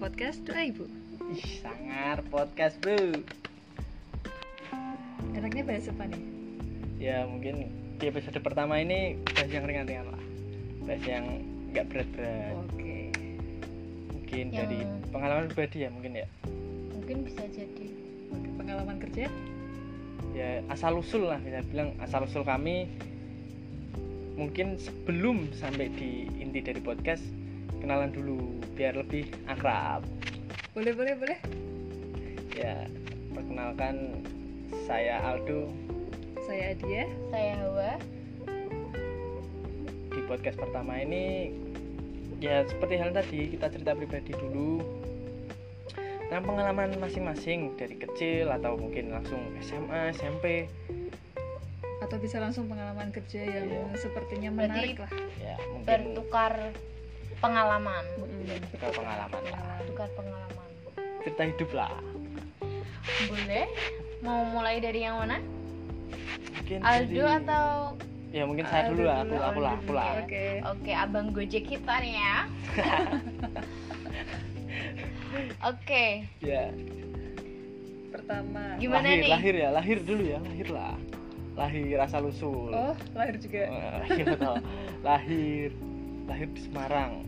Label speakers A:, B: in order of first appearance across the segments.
A: podcast Doa Ibu.
B: Ih, sangar podcast bro
A: Enaknya bahas apa nih?
B: ya mungkin di episode pertama ini bahas yang ringan-ringan lah bahas yang nggak berat-berat
A: Oke.
B: mungkin
C: Yang-
B: dari pengalaman pribadi ya mungkin ya
C: mungkin bisa jadi
A: Oke, Pengalaman kerja?
B: ya asal usul lah kita bilang asal usul kami mungkin sebelum sampai di inti dari podcast kenalan dulu biar lebih akrab
A: Boleh, boleh, boleh.
B: ya perkenalkan saya Aldo
A: Saya Adia.
C: saya Hawa
B: di podcast pertama ini ya seperti hal tadi kita cerita pribadi dulu tentang pengalaman masing-masing dari kecil atau mungkin langsung SMA SMP
A: Atau bisa langsung pengalaman kerja yang
B: Iya.
A: sepertinya menarik
C: Berarti-
A: lah.
B: ya mungkin
C: bertukar pengalaman
A: Mm-mm.
B: kita pengalaman lah
C: tukar pengalaman
B: cerita hidup lah
C: boleh mau mulai dari yang mana
B: mungkin
C: Aldo
B: dari-
C: atau
B: ya mungkin
A: Aldo
B: saya dulu lah aku
A: dulu,
B: aku lah
C: Aldo
B: aku
C: dulu
B: lah
C: ya.
A: Oke.
C: oke abang gojek kita nih ya oke
B: ya
A: Pertama.
C: Gimana
B: lahir
C: nih?
B: lahir ya lahir dulu ya lahir lah lahir asal usul
A: Oh, lahir juga.
B: Eh, iya toh. lahir lahir di Semarang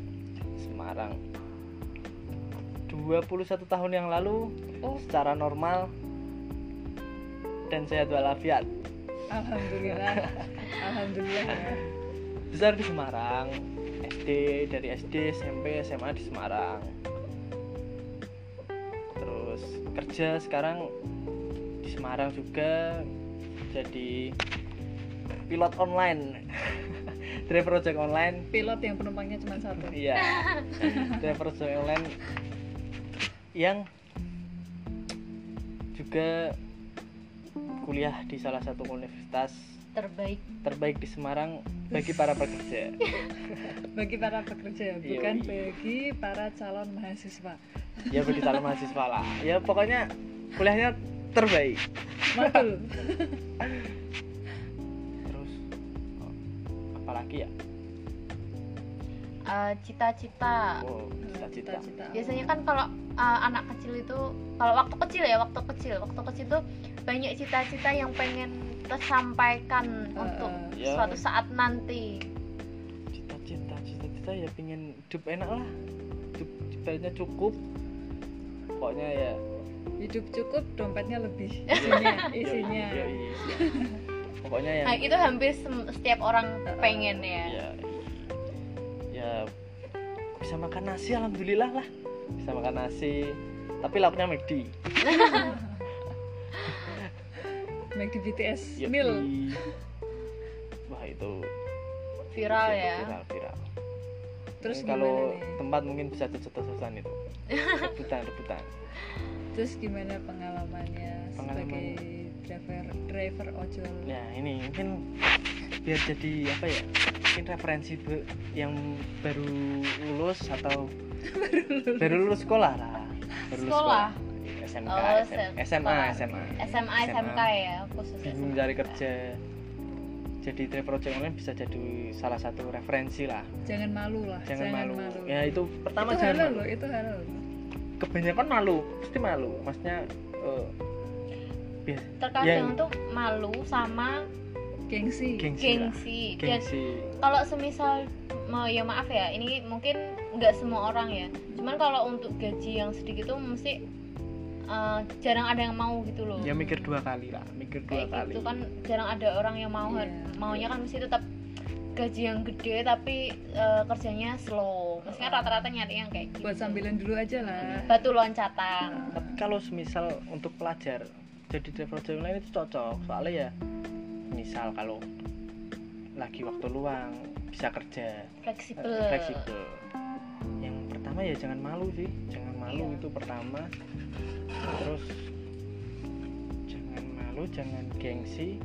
B: Semarang 21 tahun yang lalu
A: Oh.
B: secara normal dan sehat walafiat
A: Alhamdulillah. Alhamdulillah. ya.
B: besar di Semarang SD dari SD SMP SMA di Semarang terus kerja sekarang di Semarang juga jadi pilot online driver ojek online
A: Pilot yang penumpangnya cuma satu.
B: Iya. Driver online yang juga kuliah di salah satu universitas
C: terbaik
B: terbaik di Semarang bagi para pekerja.
A: Bagi para pekerja,
B: Iya,
A: bukan
B: iya.
A: bagi para calon mahasiswa.
B: Ya bagi calon mahasiswa lah. Ya pokoknya kuliahnya terbaik.
A: Matul.
B: Terus oh, apalagi ya?
C: Eh, Ah. cita-cita
B: Wow, cita-cita.
A: Cita-cita.
C: biasanya kan kalau uh, anak kecil itu kalau waktu kecil ya waktu kecil waktu kecil tuh banyak cita-cita yang pengen tersampaikan
A: Eh,
C: untuk
A: eh.
B: Ya.
C: suatu saat nanti
B: Cita-cita, cita-cita ya pingin hidup enak lah. Hidup hidupannya cukup. Pokoknya ya
A: hidup cukup dompetnya lebih
B: Iya,
A: isinya isinya
B: Yoi, yoi. iya, Pokoknya yang
C: nah itu hampir sem- setiap orang
A: Eh, eh.
C: pengen ya
B: ya ya bisa makan nasi alhamdulillah lah bisa makan nasi tapi lauknya McD
A: McD BTS
B: Yoi.
A: meal
B: Iya, wah itu
C: viral
B: itu
C: ya
B: viral viral
A: terus
B: Mungkin
A: gimana
B: kalau
A: nih?
B: tempat mungkin bisa cocok-cocokan itu rebutan rebutan
A: terus gimana pengalamannya sebagai driver driver ojol
B: nah ini mungkin biar jadi apa ya mungkin referensi bu- yang baru lulus atau baru lulus sekolah lah baru lulus
C: Sekolah?
B: SMK
C: Oh,
B: SM- SMA
C: sekolah.
B: SMA
C: SMA SMK ya khusus
B: bingung
C: SMK.
B: cari kerja jadi travel project online bisa jadi salah satu referensi lah
A: jangan malu lah
B: jangan, malu. ya itu pertama
A: itu
B: jangan
A: halal
B: malu
A: loh itu halal
B: kebanyakan malu pasti malu maksudnya eh, bias-
C: terkadang
B: Yang-
C: tuh malu sama
A: gengsi
B: gengsi, lah.
C: gengsi dan
B: gengsi
C: kalau semisal mau ya maaf ya ini mungkin nggak semua orang ya cuman kalau untuk gaji yang sedikit tuh mesti eh, jarang ada yang mau gitu loh
B: ya mikir dua kali lah mikir dua
C: kayak
B: kali
C: gitu kan jarang ada orang yang mau
A: Iya.
C: maunya kan mesti tetap gaji yang gede tapi eh, kerjanya slow maksudnya rata-rata nyari yang kayak gitu
A: buat sambilan dulu aja lah
C: batu loncatan
B: tapi kalau semisal untuk pelajar jadi travel project online itu cocok soalnya ya misal kalau lagi waktu luang bisa kerja
C: fleksibel
B: fleksibel yang pertama ya jangan malu sih jangan malu
C: Iya.
B: itu pertama terus jangan malu jangan gengsi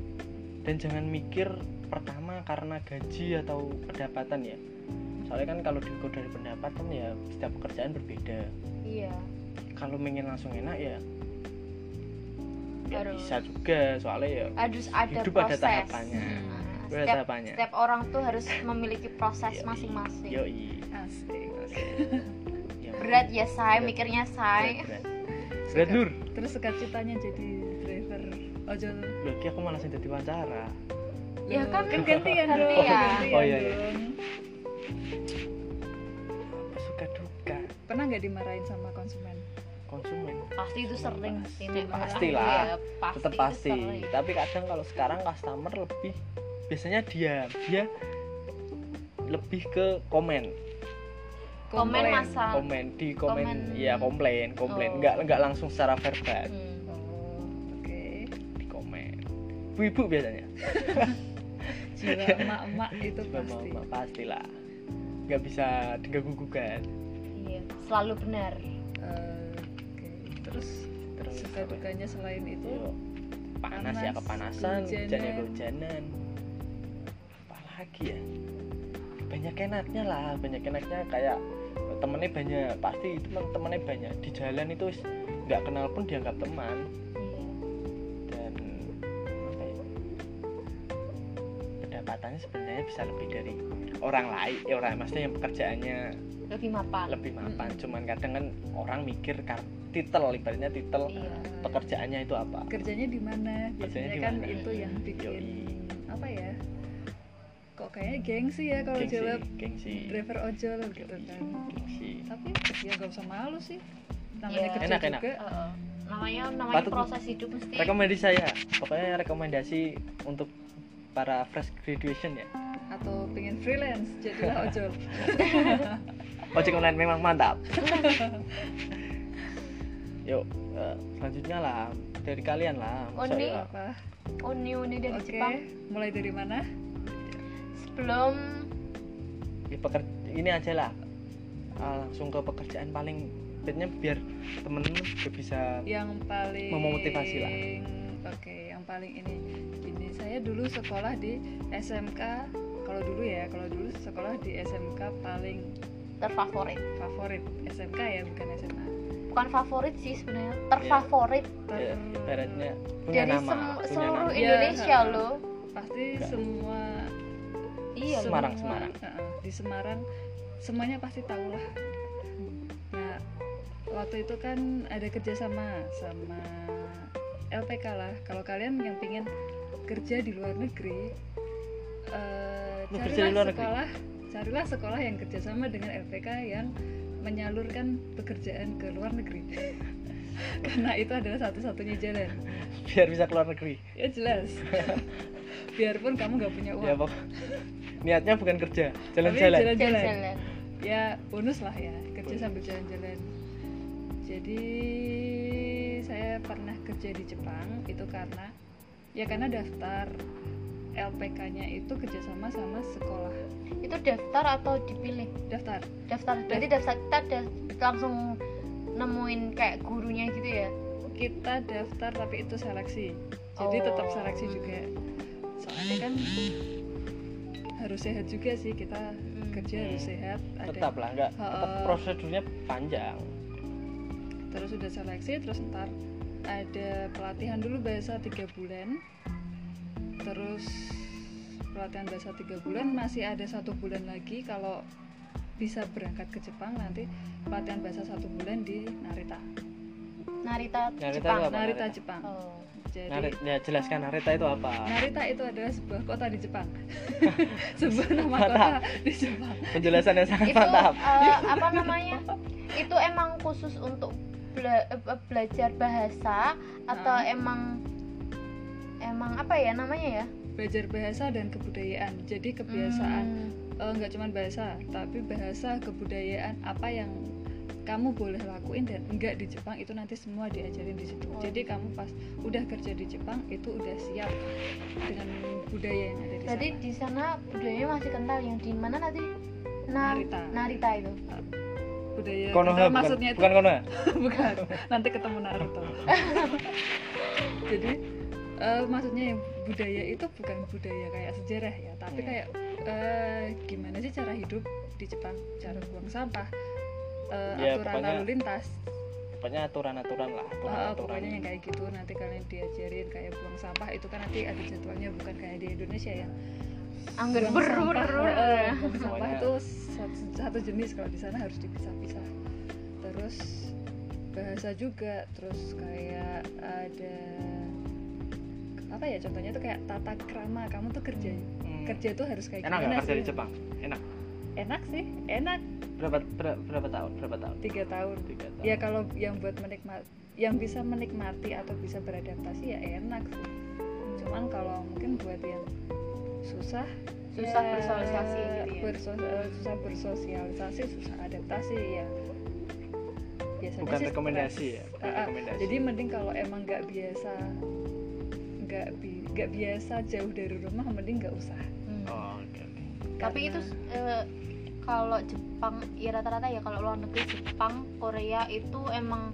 B: dan jangan mikir pertama karena gaji atau pendapatan ya soalnya kan kalau diukur dari pendapatan ya setiap pekerjaan berbeda
C: iya
B: kalau ingin langsung enak ya ya
C: Harus.
B: bisa juga soalnya ya
C: harus ada
B: hidup ada
C: proses
B: tahapannya ada
C: Nah, setiap,
B: tahapannya
C: setiap
B: Iya.
C: orang tuh harus memiliki proses
B: Yoi.
C: masing-masing
B: Yoi.
A: asik
B: yang
C: berat ya say
B: Berat.
C: mikirnya say
B: Berat, berat. Berat, Nur.
A: Terus sekat citanya jadi driver ojol.
B: Loh, ki aku malah sing dadi wawancara.
C: Ya,
A: Loh,
C: kan
A: gantian
C: ganti
A: dong,
C: ya.
A: gantian
B: Oh, iya, iya.
A: dong.
B: Apa suka duka
A: Pernah nggak dimarahin sama konsumen?
B: konsumen?
C: pasti itu sering
B: Pasti,
C: sih Nek.
B: pastilah.
C: Iya, pasti
B: tetap
C: itu
B: pasti
C: sering.
B: tapi kadang kalau sekarang customer lebih biasanya dia dia lebih ke komen
C: komen masa
B: komen di komen,
C: Komen.
B: ya komplain komplain
C: Oh.
B: nggak nggak langsung secara verbal
C: Hmm.
A: Oh, oke.
B: di komen ibu-ibu biasanya
A: Jiwa emak-emak itu
B: Cuma mau
A: pasti.
B: mau pastilah nggak bisa diganggu gugat
C: Iya, selalu benar
A: Eh, Oke. Terus
B: terus
A: suka
B: apa ya?
A: dukanya selain itu
B: Yo, panas ya
A: Panas,
B: kepanasan hujan ya
A: kehujanan.
B: kehujanan apalagi ya banyak enaknya lah banyak enaknya kayak temennya banyak pasti itu temen temennya banyak di jalan itu wis nggak kenal pun dianggap teman
C: Iya.
B: dan apa ya pendapatannya sebenarnya bisa lebih dari orang lain ya orang maksudnya yang pekerjaannya
C: lebih mapan
B: lebih mapan
A: Mm-mm.
B: cuman kadang kan orang mikir kan titel ibaratnya titel
C: iya
B: pekerjaannya itu apa
A: eh, kerjanya di mana?
B: Kerjanya
A: Biasanya
B: di
A: kan
B: mana? Iya.
A: itu yang bikin
B: Yoi.
A: apa ya? Kok kayaknya gengsi ya kalau
B: gengsi
A: jawab
B: gengsi
A: driver ojol gitu
B: Yoi.
A: kan.
B: gengsi
A: Tapi ya gak usah malu sih. Namanya
C: Iya.
A: kerja
B: Enak, enak.
A: juga.
C: Heeh. namanya namanya
B: Patut-
C: proses hidup mesti
B: rekomendasi saya pokoknya rekomendasi untuk para fresh graduation ya
A: Atau pengen freelance jadilah ojol.
B: ojek online memang mantap yuk eh, selanjutnya lah dari kalian lah
C: Oh,
B: Masa
C: ini
B: ya?
A: apa?
C: uni uni dari
A: Oke.
C: Iya, Jepang
A: Mulai dari mana?
C: sebelum
B: Ini peker- ini aja lah Ah, langsung ke pekerjaan paling intinya biar temen-temen juga bisa
A: yang paling
B: Memotivasi lah.
A: oke yang paling ini gini saya dulu sekolah di SMK kalau dulu ya kalau dulu sekolah di SMK paling
C: terfavorit
A: favorit SMK ya bukan SMA
C: bukan favorit sih sebenarnya terfavorit
A: Ter-
B: ya, ibaratnya Iya. punya
C: dari
B: nama
C: sem-
B: punya
C: seluruh
B: nama
A: Iya,
C: Indonesia
A: heeh.
C: loh
A: pasti
B: Enggak.
A: semua
C: iya
A: semua-
B: Semarang, Semarang.
A: Heeh, di Semarang semuanya pasti tahu lah nah waktu itu kan ada kerjasama sama LPK lah kalau kalian yang pingin kerja di luar negeri eh,
B: Lu kerja di
A: carilah
B: luar negeri?
A: sekolah carilah sekolah yang kerjasama dengan LPK yang menyalurkan pekerjaan ke luar negeri karena itu adalah satu-satunya jalan
B: biar bisa keluar negeri
A: ya jelas biarpun kamu nggak punya
B: ya
A: uang
B: pokok niatnya bukan kerja
A: tapi
B: jalan-jalan
A: jalan-jalan
C: jalan-jalan
A: ya bonus lah ya kerja
B: Bonus.
A: sambil jalan-jalan jadi saya pernah kerja di Jepang itu karena ya karena daftar LPK-nya itu kerjasama sama sekolah
C: itu daftar atau dipilih
A: daftar
C: daftar berarti daftar kita da- langsung nemuin kayak gurunya gitu ya
A: kita daftar tapi itu seleksi jadi
C: Oh.
A: tetap seleksi juga soalnya kan harus sehat juga sih kita
C: Hmm.
A: kerja harus
B: Hmm.
A: sehat ada
B: tetap lah nggak tetap
A: Heeh.
B: prosedurnya panjang
A: terus udah seleksi terus ntar ada pelatihan dulu bahasa tiga bulan terus pelatihan bahasa tiga bulan masih ada satu bulan lagi kalau bisa berangkat ke Jepang nanti pelatihan bahasa satu bulan di Narita
C: Narita,
B: Narita
C: Jepang
B: itu apa?
A: Narita
B: Narita?
A: Jepang
C: oh.
A: jadi
B: Narit- ya jelaskan Narita itu apa
A: Narita itu adalah sebuah kota di Jepang sebuah nama
B: Mantap.
A: kota di Jepang
B: penjelasannya sangat
C: itu
B: mantap
C: eh, apa namanya itu emang khusus untuk bela- eh, belajar bahasa atau
A: Ah.
C: emang emang apa ya namanya ya
A: belajar bahasa dan kebudayaan jadi kebiasaan
C: Hmm,
A: Eh, nggak cuman bahasa tapi bahasa kebudayaan apa yang kamu boleh lakuin dan enggak di Jepang itu nanti semua diajarin di situ
C: Oh.
A: jadi kamu pas udah kerja di Jepang itu udah siap dengan budaya yang ada di
C: berarti
A: sana
C: di sana budayanya masih kental yang di mana tadi Na-
A: Narita.
C: Narita itu
A: budaya
B: Konoha
A: kita
B: bukan,
A: maksudnya itu
B: bukan Konoha
A: Gitu, bukan nanti ketemu Naruto jadi eh, maksudnya yang budaya itu bukan budaya kayak sejarah ya tapi
B: Hmm.
A: kayak eh, gimana sih cara hidup di Jepang cara buang sampah eh,
B: Ya,
A: aturan
B: pokoknya-
A: lalu lintas
B: pokoknya aturan-aturan lah
A: Ah,
B: aturan-aturan
A: pokoknya yang kayak gitu nanti kalian diajarin kayak buang sampah itu kan nanti ada jadwalnya bukan kayak di Indonesia ya
C: anggur
A: buang
C: berur
A: Iya, sampah, eh, eh, buang sampah
B: Pokoknya-
A: itu satu, satu jenis kalau di sana harus dipisah-pisah terus bahasa juga terus kayak ada apa ya contohnya tuh kayak tata krama kamu tuh kerja
B: Hmm.
A: kerja tuh harus kayak
B: enak
A: gimana
B: nggak kerja
A: sih
B: di Jepang enak
A: enak sih enak
B: berapa berapa, berapa tahun berapa tahun
A: tiga tahun
B: tiga tahun
A: ya kalau yang buat menikmati yang bisa menikmati atau bisa beradaptasi ya enak sih cuman kalau mungkin buat yang susah
C: Susah bersosialisasi gitu ya.
A: bersos- eh, Iya. susah bersosialisasi susah adaptasi ya biasanya
B: bukan
A: sih
B: rekomendasi
A: stres.
B: ya bukan
A: Ah, ah.
B: rekomendasi
A: jadi mending kalau emang nggak biasa nggak bi nggak biasa jauh dari rumah mending nggak usah
B: oh, oke oke
C: Hmm. tapi
A: Karena-
C: itu eh, kalau Jepang ya rata-rata ya kalau luar negeri Jepang Korea itu emang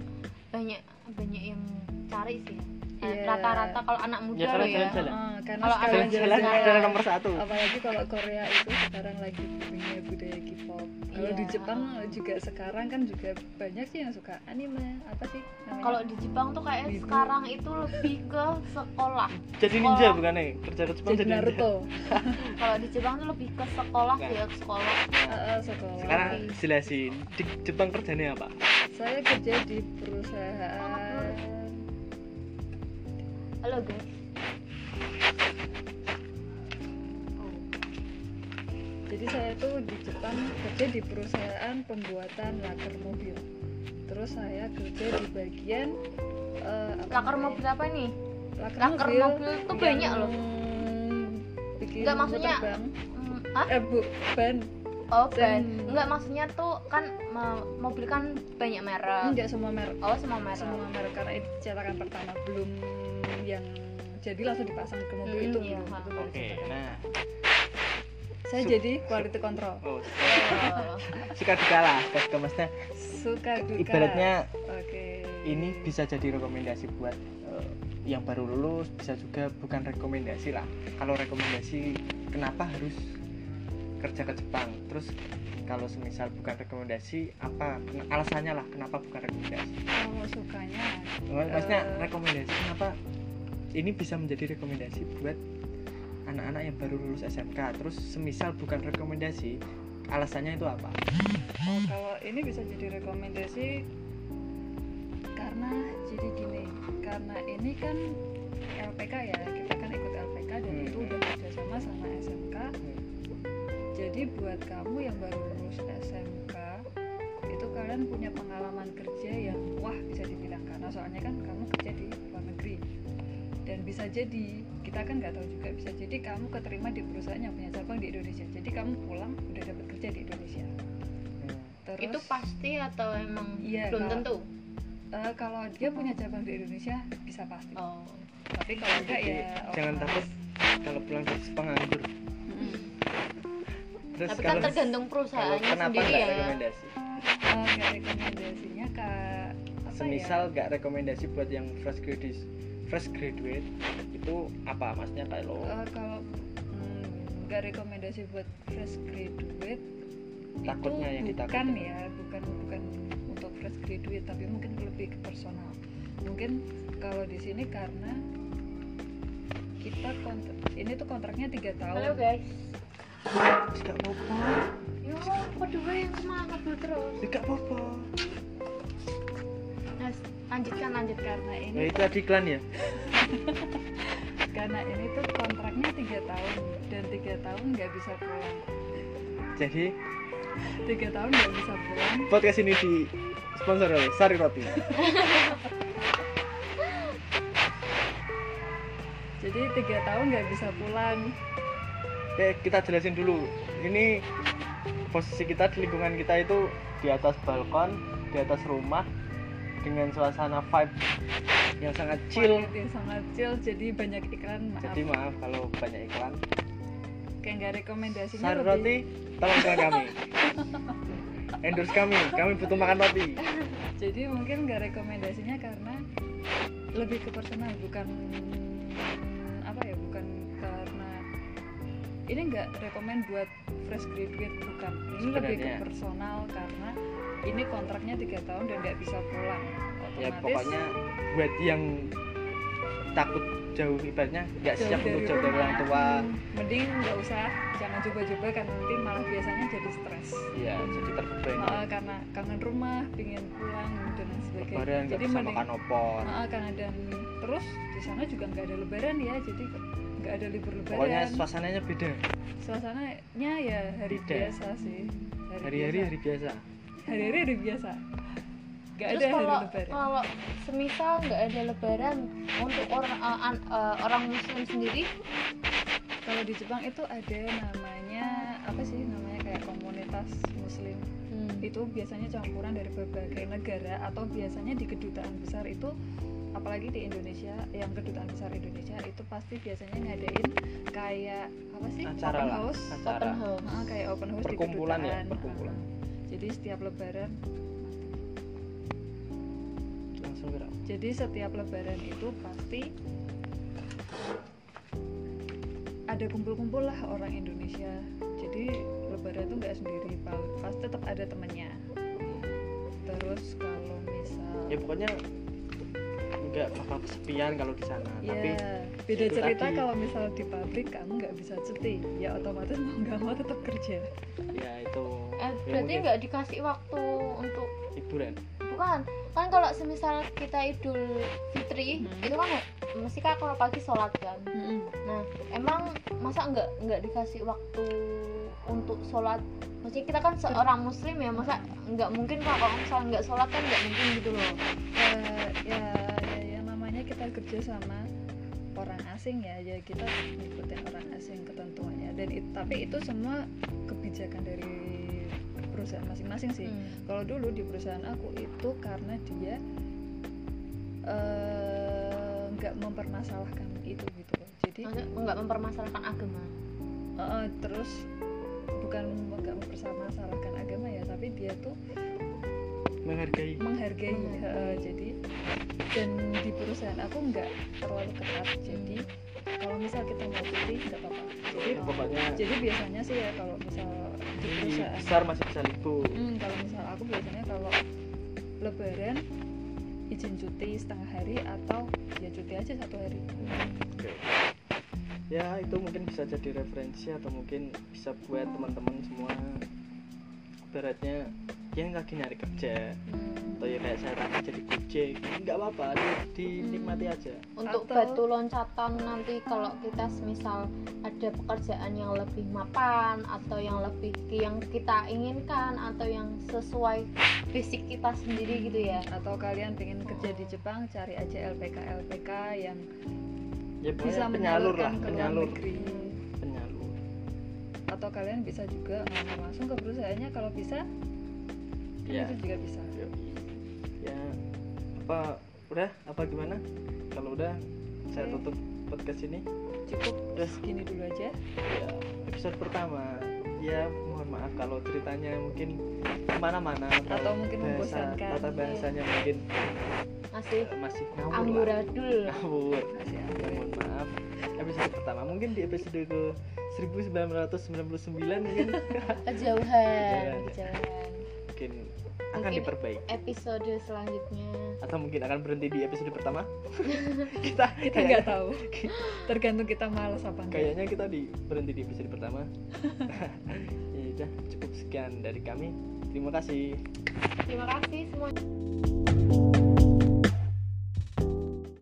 C: banyak banyak yang cari sih ya. Eh,
A: Iya.
C: rata-rata kalau anak
B: Ya,
C: muda
B: kalau
C: loh ya
B: jalan-jalan.
A: Ah, karena
C: Kalau
A: sekarang
C: Jalan-
B: jalan-jalan
A: jalan-jalan-
B: adalah nomor satu
A: apalagi kalau Korea itu sekarang lagi boomingnya budaya K-pop kalau
C: Iya.
A: di Jepang juga sekarang kan juga banyak sih yang suka anime apa sih namanya
C: kalau di Jepang tuh kayak
A: Wibu.
C: sekarang itu lebih ke sekolah
B: jadi ninja
C: Sekolah.
B: bukan nih kerja ke
A: oh.
B: Jepang
A: jadi
B: jadi ninja
A: Naruto
C: kalau di Jepang tuh lebih ke sekolah sih ya ke sekolah
A: Heeh, sekolah
B: sekarang jelasin di Jepang kerjanya apa
A: saya kerja di perusahaan
C: halo guys
A: jadi saya tuh di Jepang kerja di perusahaan pembuatan laker mobil terus saya kerja di bagian eh, apa
C: laker
A: namanya?
C: mobil apa nih
A: laker,
C: laker mobil tuh
A: yang
C: banyak loh
A: bikin
C: Nggak, maksudnya-
A: terbang.
C: Hmm, Hah?
A: eh bu ban
C: oh ban
A: Dan-
C: enggak maksudnya tuh kan mo- mobil kan banyak merek
A: enggak semua merek
C: oh semua merek
A: semua merek karena itu cetakan pertama belum yang jadi langsung dipasang ke mobil
C: Hmm,
A: itu
C: iya,
A: belum.
C: Pak.
A: Itu baru
B: oke
A: cetakan.
B: nah
A: saya
B: Sup.
A: jadi quality control
B: oh,
C: Oh.
B: suka dikalah suka duka maksudnya
A: suka duka
B: ibaratnya
A: oke
B: ini bisa jadi rekomendasi buat eh, yang baru lulus bisa juga bukan rekomendasi lah kalau rekomendasi kenapa harus kerja ke Jepang terus kalau semisal bukan rekomendasi apa ken- alasannya lah kenapa bukan rekomendasi
A: kalau Oh, sukanya
B: Mak- maksudnya
A: Eh.
B: rekomendasi kenapa ini bisa menjadi rekomendasi buat anak-anak yang baru lulus SMK terus semisal bukan rekomendasi alasannya itu apa
A: oh, kalau ini bisa jadi rekomendasi karena jadi gini karena ini kan LPK ya kita kan ikut LPK dan
B: Hmm.
A: itu udah kerjasama sama SMK Jadi buat kamu yang baru lulus SMK itu kalian punya pengalaman kerja yang wah bisa dibilang karena soalnya kan kamu kerja di luar negeri dan bisa jadi kita kan nggak tahu juga bisa jadi kamu keterima di perusahaan yang punya cabang di Indonesia jadi kamu pulang udah dapat kerja di Indonesia
B: Hmm,
A: terus
C: itu pasti atau emang
A: Iya,
C: belum
A: Kak.
C: tentu
A: eh, kalau dia punya cabang di Indonesia bisa pasti
C: oh
A: tapi kalau enggak
B: Jadi,
A: ya
B: jangan
A: otomatis.
B: takut kalau pulang ke Jepang nganggur
A: Mm-mm.
B: terus
C: tapi kan
B: kalau
C: tergantung
B: kalau
C: perusahaannya
B: kenapa
C: sendiri
B: nggak
C: ya
B: rekomendasi
A: Eh, nggak rekomendasinya kak
C: ya?
A: apa
B: semisal nggak rekomendasi buat yang fresh graduate fresh graduate itu apa maksudnya kalau
A: Eh, kalau mm, nggak rekomendasi buat fresh graduate
B: Takutnya
A: itu
B: yang
A: bukan
B: ditakutin.
A: ya bukan bukan untuk fresh graduate tapi mungkin lebih ke personal mungkin kalau di sini karena kita kontrak ini tuh kontraknya tiga
C: halo
A: tahun
C: guys
B: Wis nggak apa-apa
C: yo kedua yang semangat dulu terus
B: wis nggak apa-apa
C: nah, lanjutkan lanjutkan
A: karena ini
B: nah, itu ada iklan ya
A: karena ini tuh kontraknya tiga tahun dan tiga tahun nggak bisa pulang
B: jadi
A: tiga tahun nggak bisa pulang
B: podcast ini di sponsor oleh Sari Roti
A: jadi tiga tahun nggak bisa pulang
B: Oke, kita jelasin dulu ini posisi kita di lingkungan kita itu di atas balkon di atas rumah dengan suasana vibe yang sangat chill
A: Planet yang sangat chill jadi banyak iklan maaf
B: jadi maaf kalau banyak iklan
A: kayak nggak rekomendasinya
B: Sari
A: lebih-
B: Roti tolong iklan kami endorse kami kami butuh makan roti
A: jadi mungkin nggak rekomendasinya karena lebih ke personal bukan apa ya bukan karena ini nggak rekomend buat fresh graduate bukan ini lebih ke
B: Sebenarnya.
A: personal karena ini kontraknya tiga tahun dan nggak bisa pulang
B: ya
A: otomatis
B: pokoknya buat yang takut jauh ibaratnya nggak
A: Jauh
B: siap
A: dari
B: untuk jauh dari orang
A: rumah.
B: tua
A: mending nggak usah jangan coba-coba karena nanti malah biasanya jadi stres
B: ya jadi terbebani
A: Malah karena kangen rumah pingin pulang dan lain sebagainya
B: lebaran nggak
A: jadi
B: bisa
A: mending
B: makan opor
A: Maaf, karena dan terus di sana juga nggak ada lebaran ya jadi nggak ada libur lebaran
B: pokoknya suasananya beda
A: suasananya ya hari
B: Beda.
A: biasa sih
B: hari-hari hari biasa
A: hari hari hari biasa nggak ada
C: Terus
A: hari
C: kalau
A: lebaran
C: kalau semisal nggak ada lebaran untuk orang eh, an- eh, orang muslim sendiri
A: kalau di Jepang itu ada namanya apa sih namanya kayak komunitas muslim itu biasanya campuran dari berbagai negara atau biasanya di kedutaan besar itu apalagi di Indonesia yang kedutaan besar Indonesia itu pasti biasanya ngadain kayak apa sih
B: acara
A: open
B: lah
A: house
B: acara
C: open house
A: Ah, kayak open house
B: Perkumpulan
A: di
B: ya,
A: kedutaan.
B: perkumpulan.
A: Ah, jadi setiap lebaran
B: langsung gerak
A: jadi setiap lebaran itu pasti ada kumpul-kumpul lah orang Indonesia jadi lebaran tuh nggak sendiri pa- pasti tetap ada temennya terus kalau misal
B: ya pokoknya nggak bakal kesepian kalau di sana
A: Ya,
B: tapi
A: beda
B: itu
A: cerita
B: tadi.
A: kalau misal di pabrik kamu nggak bisa cuti, ya otomatis mau nggak mau tetap kerja.
B: ya itu ya
C: Eh, berarti
B: mungkin
C: nggak dikasih waktu untuk
B: hiburan
C: bukan kan kalau semisal kita idul fitri
A: Hmm.
C: itu kan mesti kan kalau pagi sholat kan nah emang masa nggak nggak dikasih waktu untuk sholat maksudnya kita kan seorang muslim ya masa nggak mungkin Pak, kalau misalnya nggak sholat kan nggak mungkin gitu loh
A: Eh, ya, ya, ya namanya kita kerja sama orang asing ya, ya kita ngikutin orang asing ketentuannya. Dan it- tapi itu semua kebijakan dari perusahaan masing-masing sih.
C: Mm.
A: Kalau dulu di perusahaan aku itu karena dia eh, nggak mempermasalahkan itu gitu. loh. Jadi
C: Maksudnya nggak mempermasalahkan agama
A: Heeh, terus bukan nggak mempermasalahkan agama ya tapi dia tuh
B: menghargai
A: menghargai
B: Hmm.
A: heeh, jadi dan di perusahaan aku nggak terlalu ketat jadi
B: Hmm.
A: kalau misal kita mau cuti nggak apa-apa jadi
B: Ya, pokoknya
A: jadi biasanya sih ya kalau misal di
B: di
A: perusahaan
B: besar masih bisa libur
A: Hmm, kalau misal aku biasanya kalau lebaran izin cuti setengah hari atau ya cuti aja satu hari
B: Hmm.
A: Hmm.
B: ya itu mungkin bisa jadi referensi atau mungkin bisa buat teman-teman semua beratnya yang lagi nyari kerja
A: Hmm.
B: atau ya kayak saya tadi jadi gojek nggak apa-apa di- dinikmati aja
C: untuk
A: Atau-
C: batu loncatan nanti kalau kita semisal ada pekerjaan yang lebih mapan atau yang lebih yang kita inginkan atau yang sesuai fisik kita sendiri gitu ya
A: atau kalian pengen kerja di Jepang cari aja LPK LPK yang
B: ya
A: bisa
B: pokoknya penyalur
A: menyalurkan
B: lah
A: ke luar
B: penyalur Hmm.
A: negeri
B: penyalur
A: atau kalian bisa juga ngelamar langsung ke perusahaannya kalau bisa kan
B: ya
A: itu juga bisa
B: yoi. ya apa udah apa gimana kalau udah saya
A: Oke.
B: tutup podcast ini
A: cukup
B: Udah.
A: segini dulu aja
B: ya, episode pertama ya mohon maaf kalau ceritanya mungkin kemana-mana
A: atau mungkin
B: bahasa
A: membosankan Iya.
B: tata bahasanya mungkin
C: masih
B: eh, masih ngawur lah.
C: amburadul
B: ngawur
A: Masih
B: ya,
A: ada.
B: mohon maaf episode pertama mungkin di episode ke 1999 mungkin
C: kejauhan
B: Kejauhan.
C: kejauhan
B: mungkin akan
C: Mungkin-
B: diperbaiki
C: episode selanjutnya
B: atau mungkin akan berhenti di episode pertama kita
A: kita nggak tahu tergantung kita malas apa enggak
B: kayaknya kita di berhenti di episode pertama ya udah cukup sekian dari kami terima kasih
C: terima kasih semuanya